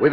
With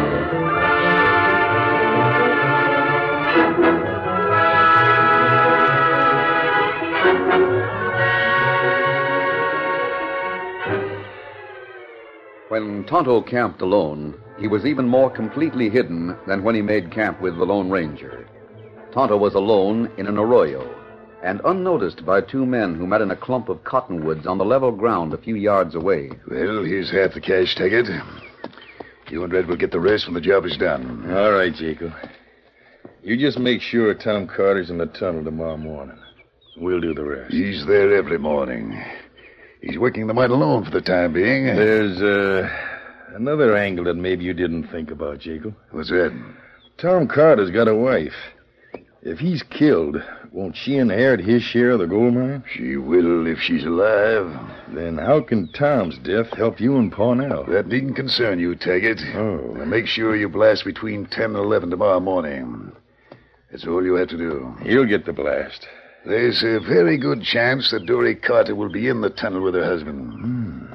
When Tonto camped alone, he was even more completely hidden than when he made camp with the Lone Ranger. Tonto was alone in an arroyo and unnoticed by two men who met in a clump of cottonwoods on the level ground a few yards away. Well, here's half the cash ticket. You and Red will get the rest when the job is done. All right, Jacob. You just make sure Tom Carter's in the tunnel tomorrow morning. We'll do the rest. He's there every morning. He's working the mine alone for the time being. There's uh, another angle that maybe you didn't think about, Jacob. What's that? Tom Carter's got a wife. If he's killed, won't she inherit his share of the gold mine? She will if she's alive. Then how can Tom's death help you and Parnell? That needn't concern you, Taggart. Oh. Now make sure you blast between 10 and 11 tomorrow morning. That's all you have to do. He'll get the blast. There's a very good chance that Dory Carter will be in the tunnel with her husband.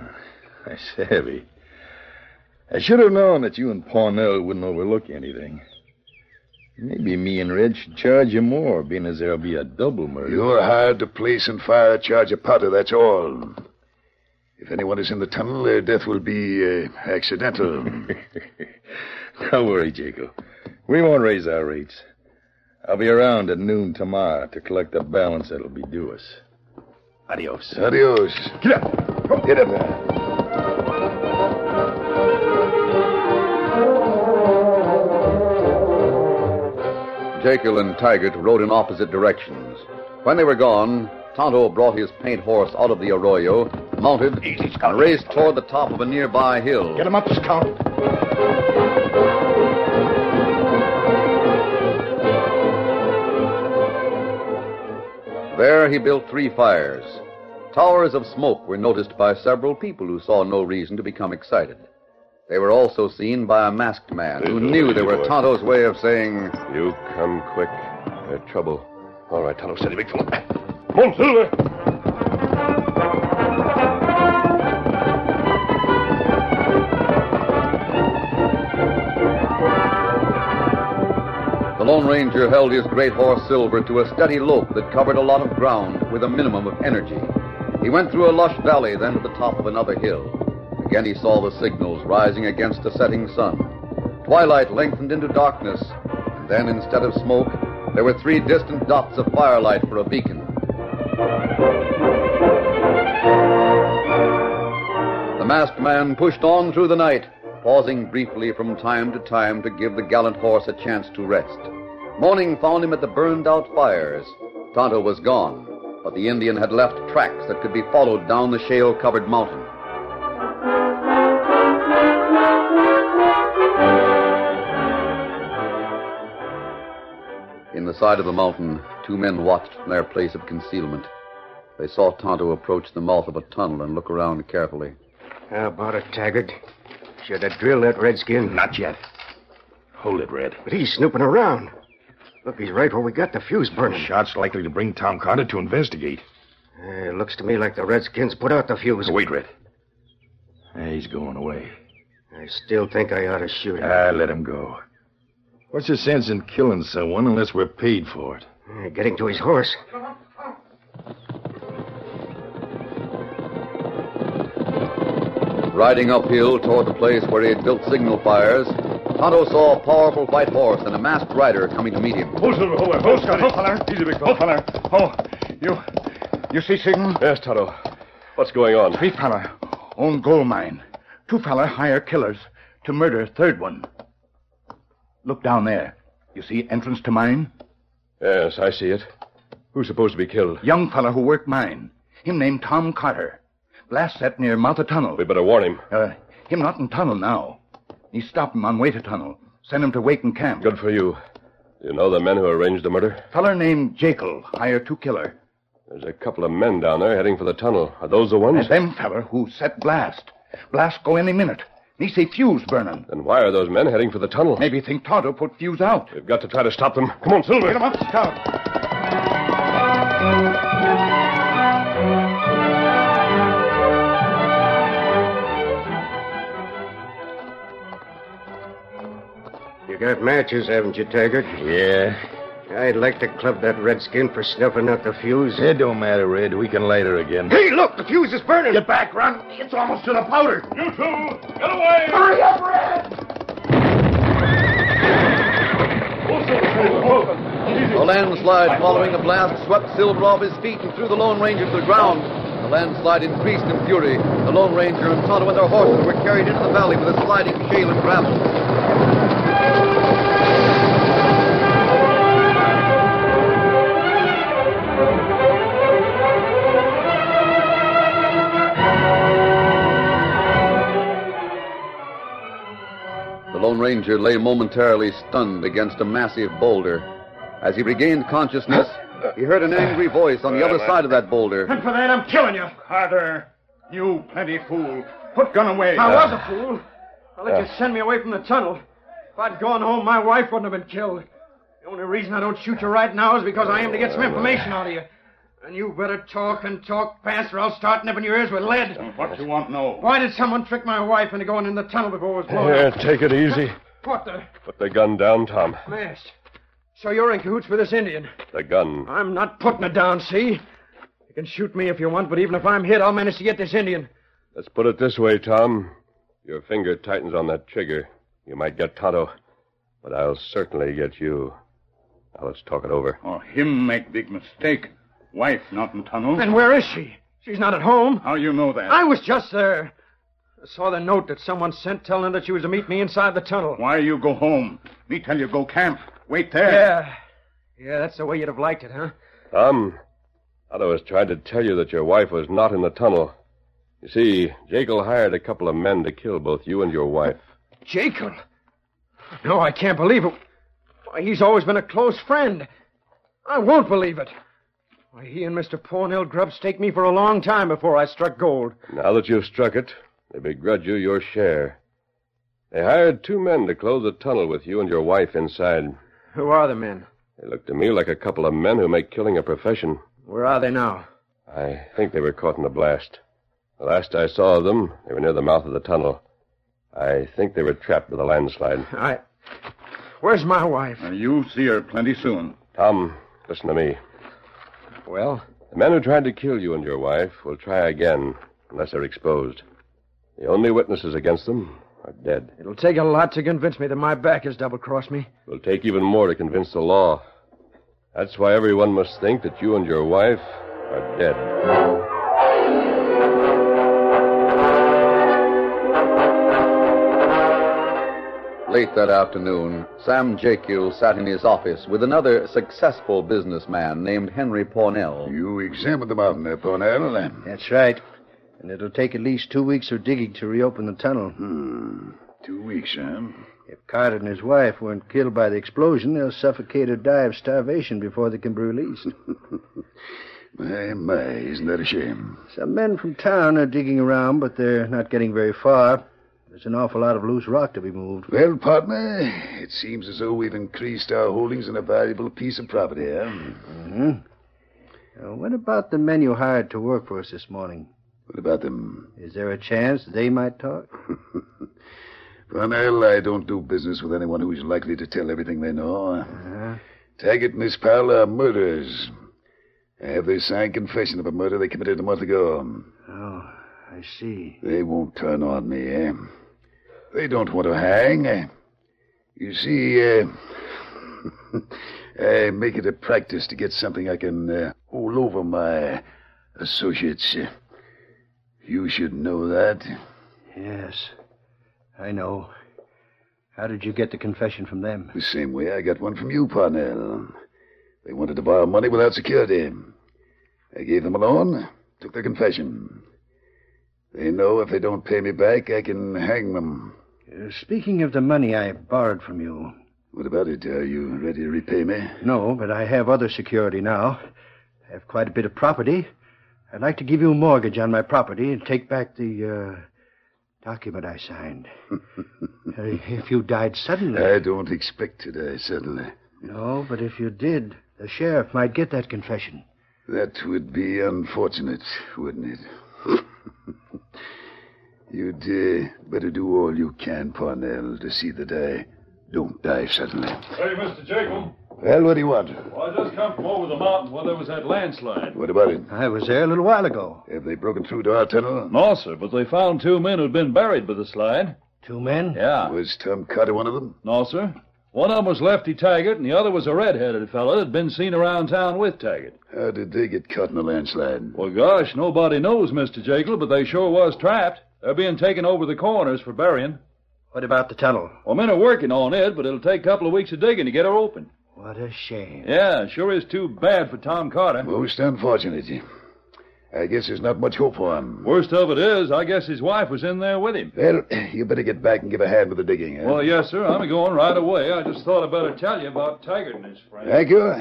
That's heavy. I should have known that you and Parnell wouldn't overlook anything. Maybe me and Red should charge you more, being as there'll be a double murder. You're hired to place and fire a charge of powder, that's all. If anyone is in the tunnel, their death will be uh, accidental. Don't worry, Jacob. We won't raise our rates. I'll be around at noon tomorrow to collect the balance that'll be due us. Adios. Adios. Get up. Get up there. Jekyll and Taggart rode in opposite directions. When they were gone, Tonto brought his paint horse out of the arroyo, mounted, and raced toward the top of a nearby hill. Get him up, Scout. There he built three fires. Towers of smoke were noticed by several people who saw no reason to become excited. They were also seen by a masked man who knew they were Tonto's way of saying, You come quick. They're trouble. All right, Tonto, steady, big fellow. Come on, Silver. The Lone Ranger held his great horse Silver to a steady lope that covered a lot of ground with a minimum of energy. He went through a lush valley, then to the top of another hill. Again he saw the signals rising against the setting sun. Twilight lengthened into darkness, and then instead of smoke, there were three distant dots of firelight for a beacon. The masked man pushed on through the night, pausing briefly from time to time to give the gallant horse a chance to rest. Morning found him at the burned out fires. Tonto was gone, but the Indian had left tracks that could be followed down the shale covered mountain. In the side of the mountain, two men watched from their place of concealment. They saw Tonto approach the mouth of a tunnel and look around carefully. How about it, Taggart? Should have drilled that redskin. Not yet. Hold it, Red. But he's snooping around. Look, he's right where we got the fuse burning. Shot's likely to bring Tom Carter to investigate. Eh, it looks to me like the redskins put out the fuse. Wait, Red. Eh, He's going away. I still think I ought to shoot him. Ah, let him go. What's the sense in killing someone unless we're paid for it? Eh, getting to his horse. Riding uphill toward the place where he had built signal fires, Tonto saw a powerful white horse and a masked rider coming to meet him. Hold Silver. Hold, hold, hold, hold, Easy, big fellow. Oh, you. You see signal? Yes, Tonto. What's going on? Three fella own gold mine. Two fella hire killers to murder third one. Look down there. You see entrance to mine? Yes, I see it. Who's supposed to be killed? Young fella who work mine. Him named Tom Carter. Last set near mouth of tunnel. We better warn him. Uh, him not in tunnel now. He stop him on way to tunnel. Send him to Waken camp. Good for you. You know the men who arranged the murder? Feller named Jekyll hire two killer. There's a couple of men down there heading for the tunnel. Are those the ones? And them feller who set blast. Blast go any minute. Me see fuse burning. Then why are those men heading for the tunnel? Maybe think Tonto put fuse out. We've got to try to stop them. Come on, Silver. Get him up, scout. You got matches, haven't you, Taggart? Yeah. I'd like to club that redskin for snuffing out the fuse. It don't matter, Red. We can light her again. Hey, look, the fuse is burning. Get back, run. It's almost to the powder. You two, get away. Hurry up, Red. Hold, Silver. Hold, hold. Easy. A landslide following the blast swept Silver off his feet and threw the Lone Ranger to the ground. The landslide increased in fury. The Lone Ranger and Tonto and their horses were carried into the valley with a sliding shale and gravel. The Lone Ranger lay momentarily stunned against a massive boulder. As he regained consciousness, he heard an angry voice on the other side of that boulder. And for that, I'm killing you. Carter, you plenty fool. Put gun away. Uh, I was a fool. I let you send me away from the tunnel. If I'd gone home, my wife wouldn't have been killed. The only reason I don't shoot you right now is because I aim to get some information out of you. And you better talk and talk fast, or I'll start nipping your ears with lead. What you want now? Why did someone trick my wife into going in the tunnel before it was blown Here, up? take it easy. What the Put the gun down, Tom. mess? So you're in cahoots with this Indian. The gun. I'm not putting it down, see? You can shoot me if you want, but even if I'm hit, I'll manage to get this Indian. Let's put it this way, Tom. Your finger tightens on that trigger. You might get Tonto, but I'll certainly get you. Now let's talk it over. Oh, him make big mistake. Wife not in tunnel. And where is she? She's not at home. How you know that? I was just there. I saw the note that someone sent telling her that she was to meet me inside the tunnel. Why you go home? Me tell you go camp. Wait there. Yeah. Yeah, that's the way you'd have liked it, huh? Tom, Tonto has tried to tell you that your wife was not in the tunnel. You see, Jekyll hired a couple of men to kill both you and your wife. Jacob. No, I can't believe it. Why, he's always been a close friend. I won't believe it. Why, he and Mr. Pornell Grubb staked me for a long time before I struck gold. Now that you've struck it, they begrudge you your share. They hired two men to close the tunnel with you and your wife inside. Who are the men? They looked to me like a couple of men who make killing a profession. Where are they now? I think they were caught in the blast. The last I saw of them, they were near the mouth of the tunnel. I think they were trapped by the landslide. I. Where's my wife? You'll see her plenty soon. Tom, listen to me. Well, The men who tried to kill you and your wife will try again unless they're exposed. The only witnesses against them are dead. it'll take a lot to convince me that my back has double crossed me. It will take even more to convince the law. That's why everyone must think that you and your wife are dead. Late that afternoon, Sam Jekyll sat in his office with another successful businessman named Henry Pornell. You examined the mountain there, Pornell. That's right. And it'll take at least two weeks of digging to reopen the tunnel. Hmm. Two weeks, huh? If Carter and his wife weren't killed by the explosion, they'll suffocate or die of starvation before they can be released. My, my, isn't that a shame? Some men from town are digging around, but they're not getting very far. There's an awful lot of loose rock to be moved. Well, partner, it seems as though we've increased our holdings in a valuable piece of property, huh? Mm-hmm. Now, what about the men you hired to work for us this morning? What about them? Is there a chance they might talk? Pornell, I don't do business with anyone who is likely to tell everything they know. Uh, Uh-huh. Taggart and his pal are murderers. I have their signed confession of a murder they committed a month ago. Oh, I see. They won't turn on me, eh? They don't want to hang. eh? You see, uh, I make it a practice to get something I can uh, hold over my associates. You should know that. Yes, I know. How did you get the confession from them? The same way I got one from you, Parnell. They wanted to borrow money without security. I gave them a loan, took their confession. They know if they don't pay me back, I can hang them. Uh, speaking of the money I borrowed from you, What about it? Are you ready to repay me? no, but I have other security now. I have quite a bit of property. I'd like to give you a mortgage on my property and take back the uh, document I signed. Uh, if you died suddenly. I don't expect it, I certainly. No, but if you did, the sheriff might get that confession. That would be unfortunate, wouldn't it? You'd uh, better do all you can, Parnell, to see that I don't die suddenly. Hey, Mr. Jacob. Well, what do you want? I just come from over the mountain where there was that landslide. What about it? I was there a little while ago. Have they broken through to our tunnel? No, sir, but they found two men who'd been buried by the slide. Two men? Yeah. Was Tom Carter one of them? No, sir. One of 'em was Lefty Taggart, and the other was a red-headed fellow that'd been seen around town with Taggart. How did they get caught in a landslide? Well, gosh, nobody knows, Mr. Jekyll, but they sure was trapped. They're being taken over the corners for burying. What about the tunnel? Well, men are working on it, but it'll take a couple of weeks of digging to get her open. What a shame. Yeah, sure is too bad for Tom Carter. Most unfortunate. I guess there's not much hope for him. Worst of it is, I guess his wife was in there with him. Well, you better get back and give a hand with the digging, eh? huh? Well, yes, sir. I'm going right away. I just thought I'd better tell you about Taggart and his friend. Thank you.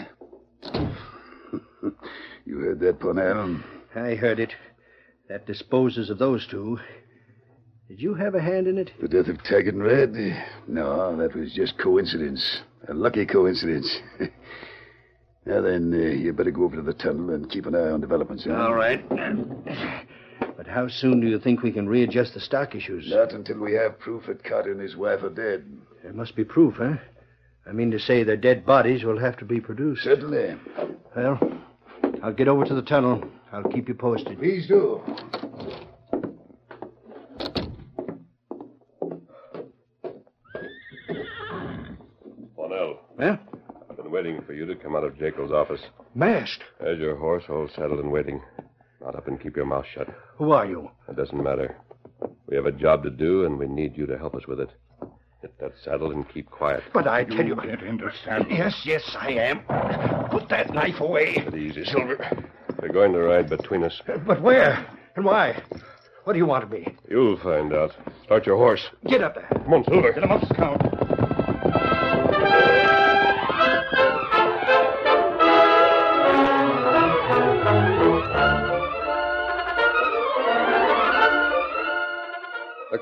you heard that, Parnell? I heard it. That disposes of those two. Did you have a hand in it? The death of Taggart and Red? No, that was just coincidence. A lucky coincidence. now then, uh, you better go over to the tunnel and keep an eye on developments. huh? right. But how soon do you think we can readjust the stock issues? Not until we have proof that Carter and his wife are dead. There must be proof, huh? I mean to say their dead bodies will have to be produced. Certainly. Well, I'll get over to the tunnel. I'll keep you posted. Please do. Parnell, Huh? I've been waiting for you to come out of Jacob's office. Masked? There's your horse, all saddled and waiting. Mount up and keep your mouth shut. Who are you? It doesn't matter. We have a job to do, and we need you to help us with it. Get that saddle and keep quiet. But I tell you. understand. Yes, yes, I am. Put that knife away. Get easy, Silver. We're going to ride between us. But where? And why? What do you want of me? You'll find out. Start your horse. Get up there. Come on, Silver. Get him up, Scout. The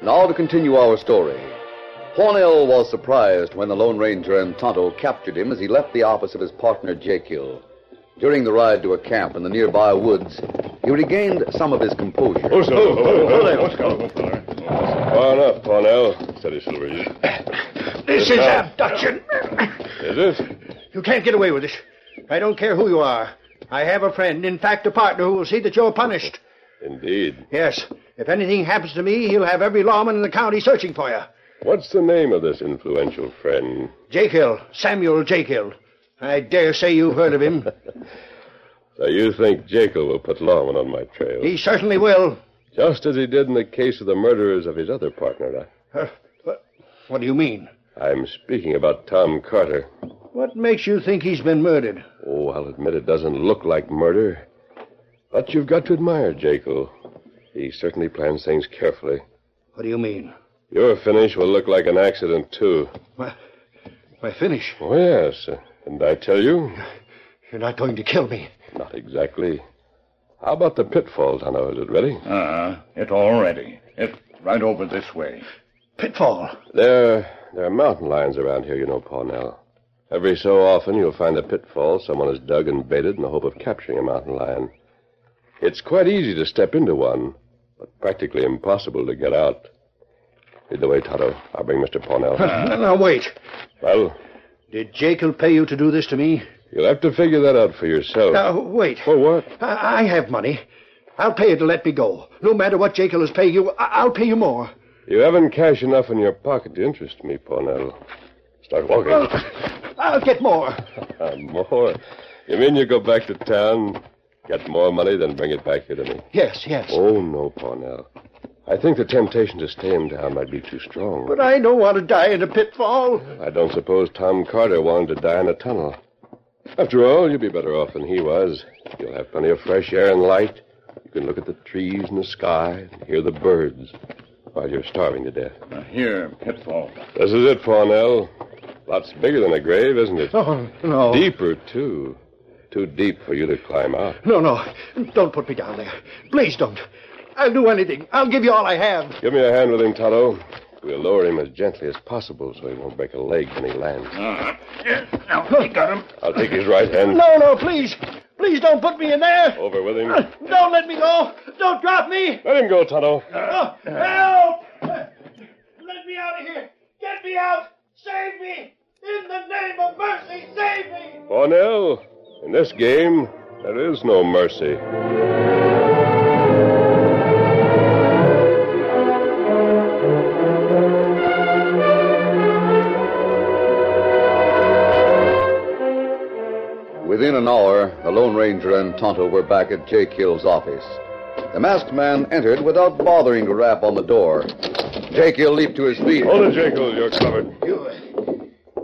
Now to continue our story. Hornell was surprised when the Lone Ranger and Tonto captured him as he left the office of his partner, Jekyll. During the ride to a camp in the nearby woods, he regained some of his composure. Who's oh, On up, Parnell, said Silver. This is abduction. Is it? You can't get away with this. I don't care who you are. I have a friend, in fact, a partner, who will see that you're punished. Indeed. Yes. If anything happens to me, he'll have every lawman in the county searching for you. What's the name of this influential friend? Jekyll, Samuel Jekyll. I dare say you've heard of him. So you think Jekyll will put Lawman on my trail? he certainly will. Just as he did in the case of the murderers of his other partner. Uh, what- what do you mean? I- I'm speaking about Tom Carter. What makes you think he's been murdered? Oh, I'll admit it doesn't look like murder. But you've got to admire Jekyll. He certainly plans things carefully. What do you mean? Your finish will look like an accident, too. My, my finish. Oh, yes. And I tell you, You're not going to kill me. not exactly. How about the pitfall, Tonto? Is it ready? Uh, it already. It right over this way. Pitfall. There, there are mountain lions around here, you know, Parnell. Every so often, you'll find a pitfall someone has dug and baited in the hope of capturing a mountain lion. It's quite easy to step into one, but practically impossible to get out. Lead the way, Toto. I'll bring Mr. Parnell. now, now, wait. well, Did Jekyll pay you to do this to me? you'll have to figure that out for yourself. Now, wait. For what? I, I have money. I'll pay you to let me go. No matter what Jekyll is paying you, I, I'll pay you more. You haven't cash enough in your pocket to interest me, Parnell. Start walking. I'll get more. Uh, more? You mean you go back to town, get more money, then bring it back here to me? Yes, yes. Oh, no, Parnell. I think the temptation to stay in town might be too strong. But I don't want to die in a pitfall. I don't suppose Tom Carter wanted to die in a tunnel. After all, you'd be better off than he was. You'll have plenty of fresh air and light. You can look at the trees and the sky and hear the birds while you're starving to death. Here, pitfall. This is it, Parnell. Lots bigger than a grave, isn't it? Oh, no. Deeper, too. Too deep for you to climb out. No, no. Don't put me down there. Please don't. I'll do anything. I'll give you all I have. Give me a hand with him, Toto. We'll lower him as gently as possible so he won't break a leg when he lands. Now, I got him. I'll take his right hand. No, no, please. Please don't put me in there. Over with him. Don't let me go. Don't drop me. Let him go, Tonto. Oh, help! Let me out of here. Get me out. Save me. In the name of mercy, save me. Cornell, in this game, there is no mercy. oh. Within an hour, the Lone Ranger and Tonto were back at Jake Hill's office. The masked man entered without bothering to rap on the door. Jake Hill leaped to his feet. Hold it, Jekyll. You're covered. You, uh,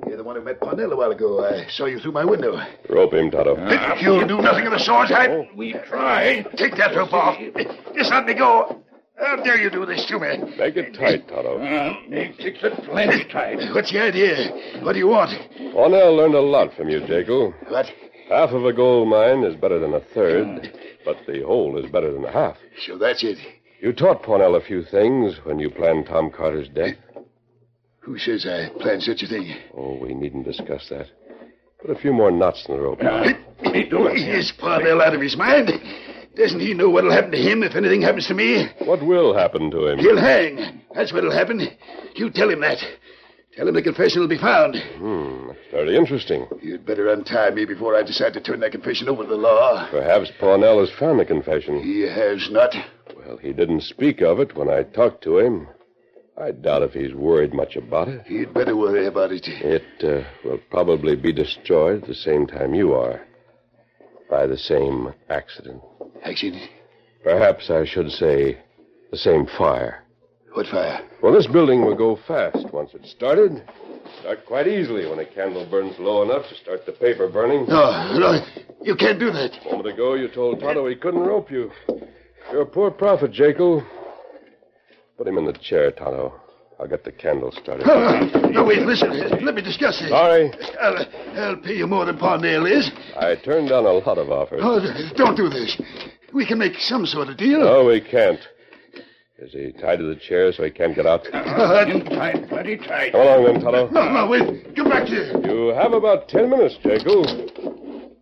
you're the one who met Parnell a while ago. I saw you through my window. Rope him, Tonto. Oh. You'll do nothing of the sort. I... We try. Take that rope off. Just let me go. How dare you do this to me? Make it tight, Tonto. Uh, It's plenty tight. What's the idea? What do you want? Cornell learned a lot from you, Jekyll. What? Half of a gold mine is better than a third, but the whole is better than a half. So that's it. You taught Parnell a few things when you planned Tom Carter's death. Who says I planned such a thing? Oh, we needn't discuss that. Put a few more knots in the rope. Uh, Is Parnell out of his mind? Doesn't he know what'll happen to him if anything happens to me? What will happen to him? He'll hang. That's what'll happen. You tell him that. Tell him the confession will be found. Hmm, Very interesting. You'd better untie me before I decide to turn that confession over to the law. Perhaps Parnell has found the confession. He has not. Well, he didn't speak of it when I talked to him. I doubt if he's worried much about it. He'd better worry about it. It uh, will probably be destroyed at the same time you are. By the same accident. Accident? Perhaps I should say the same fire. What fire? Well, this building will go fast once it's started. Start quite easily when a candle burns low enough to start the paper burning. No, no, you can't do that. A moment ago, you told Tonto he couldn't rope you. You're a poor prophet, Jaco. Put him in the chair, Tonto. I'll get the candle started. No, no, wait, listen. Let me discuss this. Sorry, I'll, I'll pay you more than Parnell is. I turned down a lot of offers. Oh, don't do this. We can make some sort of deal. No, we can't. Is he tied to the chair so he can't get out? tight, bloody tight. Come along then, Tonto. No, no, wait. Come back here. You have about ten minutes, Jaco.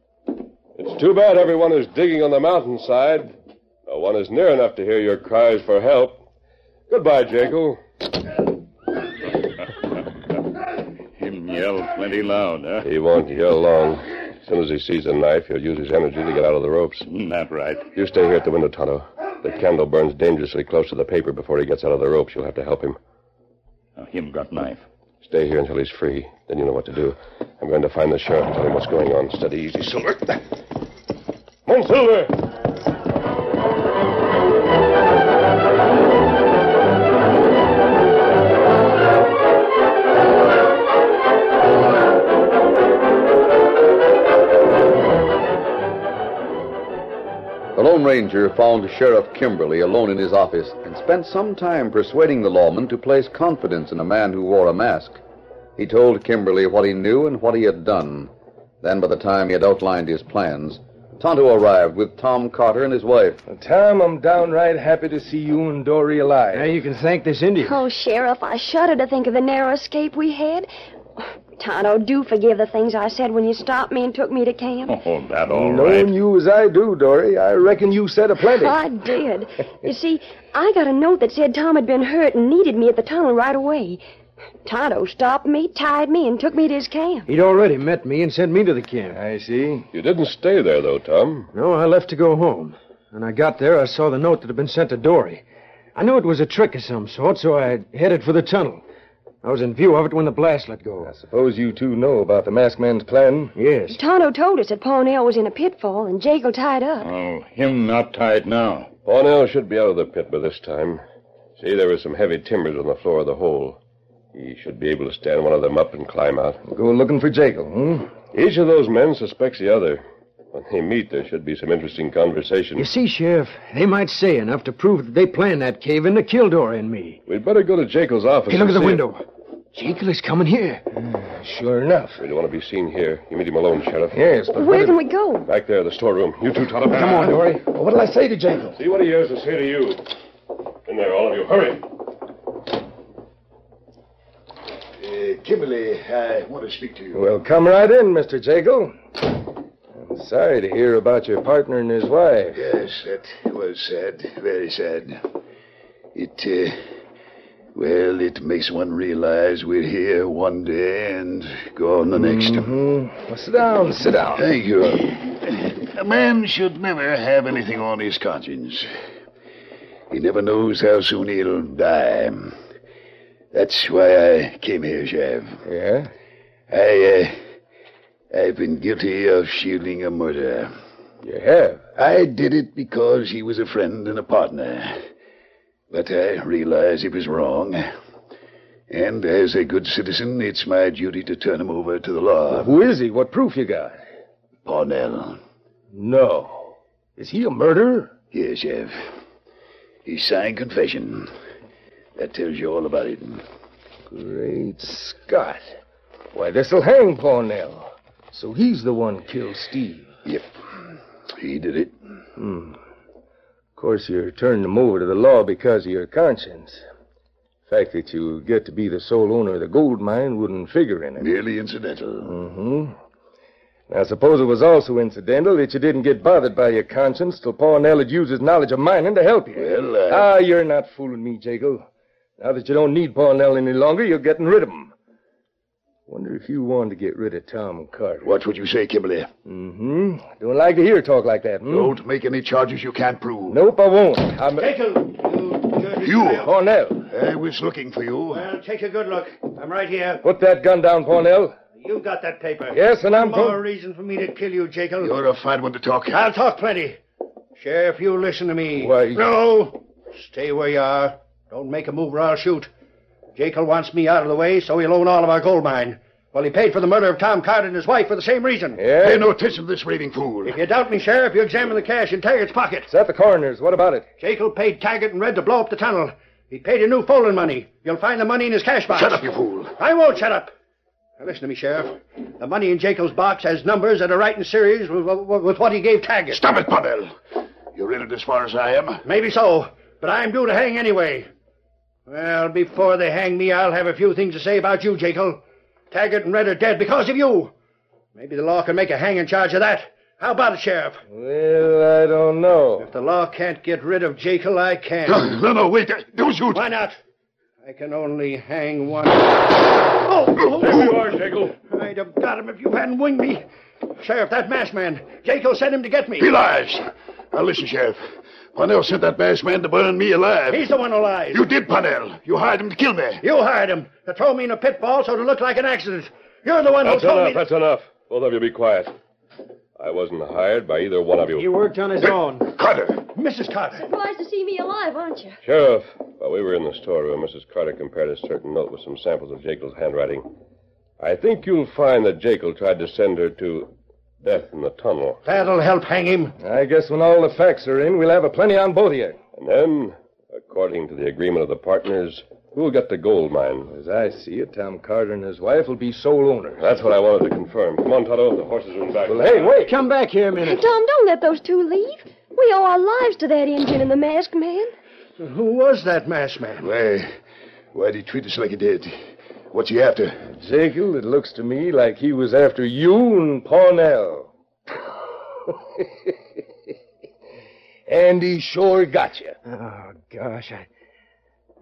It's too bad everyone is digging on the mountainside. No one is near enough to hear your cries for help. Goodbye, Jaco. Him yell plenty loud, huh? He won't yell long. As soon as he sees a knife, he'll use his energy to get out of the ropes. Not Mm, right. You stay here at the window, Tonto. The candle burns dangerously close to the paper before he gets out of the ropes. You'll have to help him. Now, him got knife. Stay here until he's free. Then you know what to do. I'm going to find the sheriff and tell him what's going on. Steady, easy, Silver. Come on, Silver! The Lone Ranger found Sheriff Kimberly alone in his office and spent some time persuading the lawman to place confidence in a man who wore a mask. He told Kimberly what he knew and what he had done. Then, by the time he had outlined his plans, Tonto arrived with Tom Carter and his wife. Tom, I'm downright happy to see you and Dory alive. Now you can thank this Indian. Oh, Sheriff, I shudder to think of the narrow escape we had. Tonto, do forgive the things I said when you stopped me and took me to camp. Oh, that all right. Knowing you as I do, Dory, I reckon you said a plenty. I did. You see, I got a note that said Tom had been hurt and needed me at the tunnel right away. Tonto stopped me, tied me, and took me to his camp. He'd already met me and sent me to the camp. I see. You didn't stay there, though, Tom. No, I left to go home. When I got there, I saw the note that had been sent to Dory. I knew it was a trick of some sort, so I headed for the tunnel. I was in view of it when the blast let go. I suppose you two know about the masked man's plan. Yes. Tonto told us that Parnell was in a pitfall and Jago tied up. Oh, him not tied now. Parnell should be out of the pit by this time. See, there was some heavy timbers on the floor of the hole. He should be able to stand one of them up and climb out. Go looking for Jekyll, hmm? Each of those men suspects the other. When they meet, there should be some interesting conversation. You see, Sheriff, they might say enough to prove that they planned that cave in to kill Dory and me. We'd better go to Jekyll's office. Hey, look at and the see- window. Jekyll is coming here. Sure enough. We don't want to be seen here. You meet him alone, Sheriff. Yes, but Where can we go? Back there, the storeroom. You two, Tonto. Come on, Dory, what'll I say to Jekyll? See what he has to say to you. In there, all of you. Hurry. Uh, Kimberly, I want to speak to you. Well, come right in, Mr. Jekyll. I'm sorry to hear about your partner and his wife. Yes, that was sad, very sad. It, uh, well, it makes one realize we're here one day and gone the next. Mm-hmm. Well, sit down, sit down. Thank you. A man should never have anything on his conscience. He never knows how soon he'll die. That's why I came here, Sheriff. Yeah? I, uh, I've been guilty of shielding a murder. You have. I did it because he was a friend and a partner. But I realize it was wrong. And as a good citizen, it's my duty to turn him over to the law. Who is he? What proof you got? Parnell. No. Is he a murderer? Here, Sheriff. He signed confession. That tells you all about it. Great Scott. Why, this'll hang Parnell. So he's the one killed Steve. Hmm. Yep. He did it. Of course, you're turning him over to the law because of your conscience. The fact that you get to be the sole owner of the gold mine wouldn't figure in it. Merely incidental. Mm-hmm. I suppose it was also incidental that you didn't get bothered by your conscience till Parnell had used his knowledge of mining to help you. Well, uh, Ah, you're not fooling me, Jago. Now that you don't need Parnell any longer, you're getting rid of him. Wonder if you wanted to get rid of Tom Carter. Watch what you say, Kimberly. Mm-hmm. Don't like to hear talk like that, hmm? Don't make any charges you can't prove. Nope, I won't. I'm... Jacob, you dirty You. scoundrel. Parnell. I was looking for you. Well, take a good look. I'm right here. Put that gun down, Parnell. You got that paper. Yes, and I'm... More reason for me to kill you, Jacob. You're a fine one to talk. I'll talk plenty. Sheriff, you listen to me. Why- No! Stay where you are. Don't make a move or I'll shoot. Jacob wants me out of the way, so he'll own all of our gold mine. Well, he paid for the murder of Tom Carter and his wife for the same reason. Yeah? Pay no attention to this raving fool. If you doubt me, Sheriff, you examine the cash in Taggart's pocket. It's at the coroner's. What about it? Jacob paid Taggart and Red to blow up the tunnel. He paid a new folding money. You'll find the money in his cash box. Shut up, you fool. I won't shut up. Now, listen to me, Sheriff. The money in Jacob's box has numbers that are right in series with, with, with what he gave Taggart. Stop it, Parnell. You're in it as far as I am. Maybe so, but I'm due to hang anyway. Well, before they hang me, I'll have a few things to say about you, Jacob. Taggart and Red are dead because of you. Maybe the law can make a hanging charge of that. How about it, Sheriff? Well, I don't know. If the law can't get rid of Jacob, I can. No, no, wait. Don't shoot. Why not? I can only hang one. Oh! There you are, Jacob. I'd have got him if you hadn't winged me. Sheriff, that masked man. Jacob sent him to get me. He lies. Now listen, Sheriff. Parnell sent that masked man to burn me alive. He's the one who lies. You did, Parnell. You hired him to kill me. You hired him to throw me in a pitfall so it looked like an accident. You're the one That's who told enough. me. That's enough. Both of you be quiet. I wasn't hired by either one of you. He worked on his own. Carter, Mrs. Carter. Surprised to see me alive, aren't you? Sheriff, while we were in the storeroom, Mrs. Carter compared a certain note with some samples of Jekyll's handwriting. I think you'll find that Jekyll tried to send her to death in the tunnel. That'll help hang him. I guess when all the facts are in, we'll have a plenty on both of you. And then, according to the agreement of the partners, who'll get the gold mine? As I see it, Tom Carter and his wife will be sole owners. That's what I wanted to confirm. Come on, Toto. The horses are in back. Well, hey, wait. Come back here a minute. Tom, don't let those two leave. We owe our lives to that engine and the masked man. Who was that masked man? why, why'd he treat us like he did? What's he after? Jekyll, it looks to me like he was after you and Parnell. and he sure got you. Oh, gosh. I,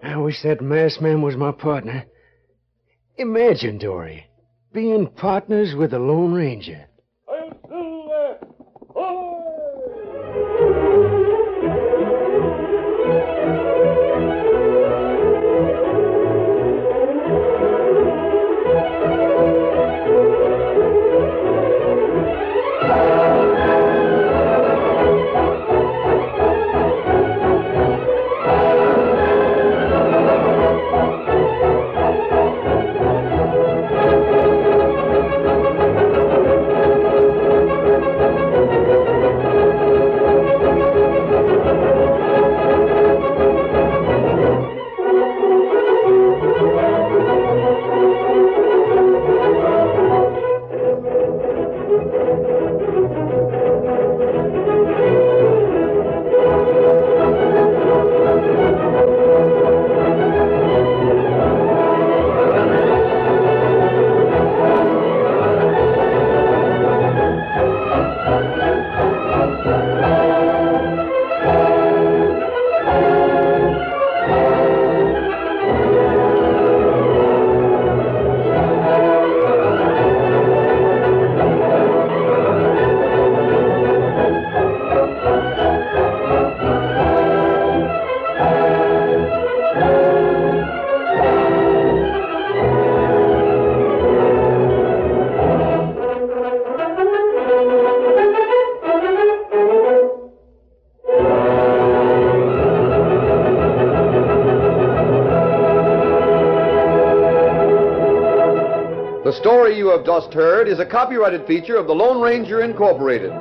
I wish that masked man was my partner. Imagine, Dory, being partners with the Lone Ranger. I'll Silver! Ahoy! The story you have just heard is a copyrighted feature of the Lone Ranger Incorporated.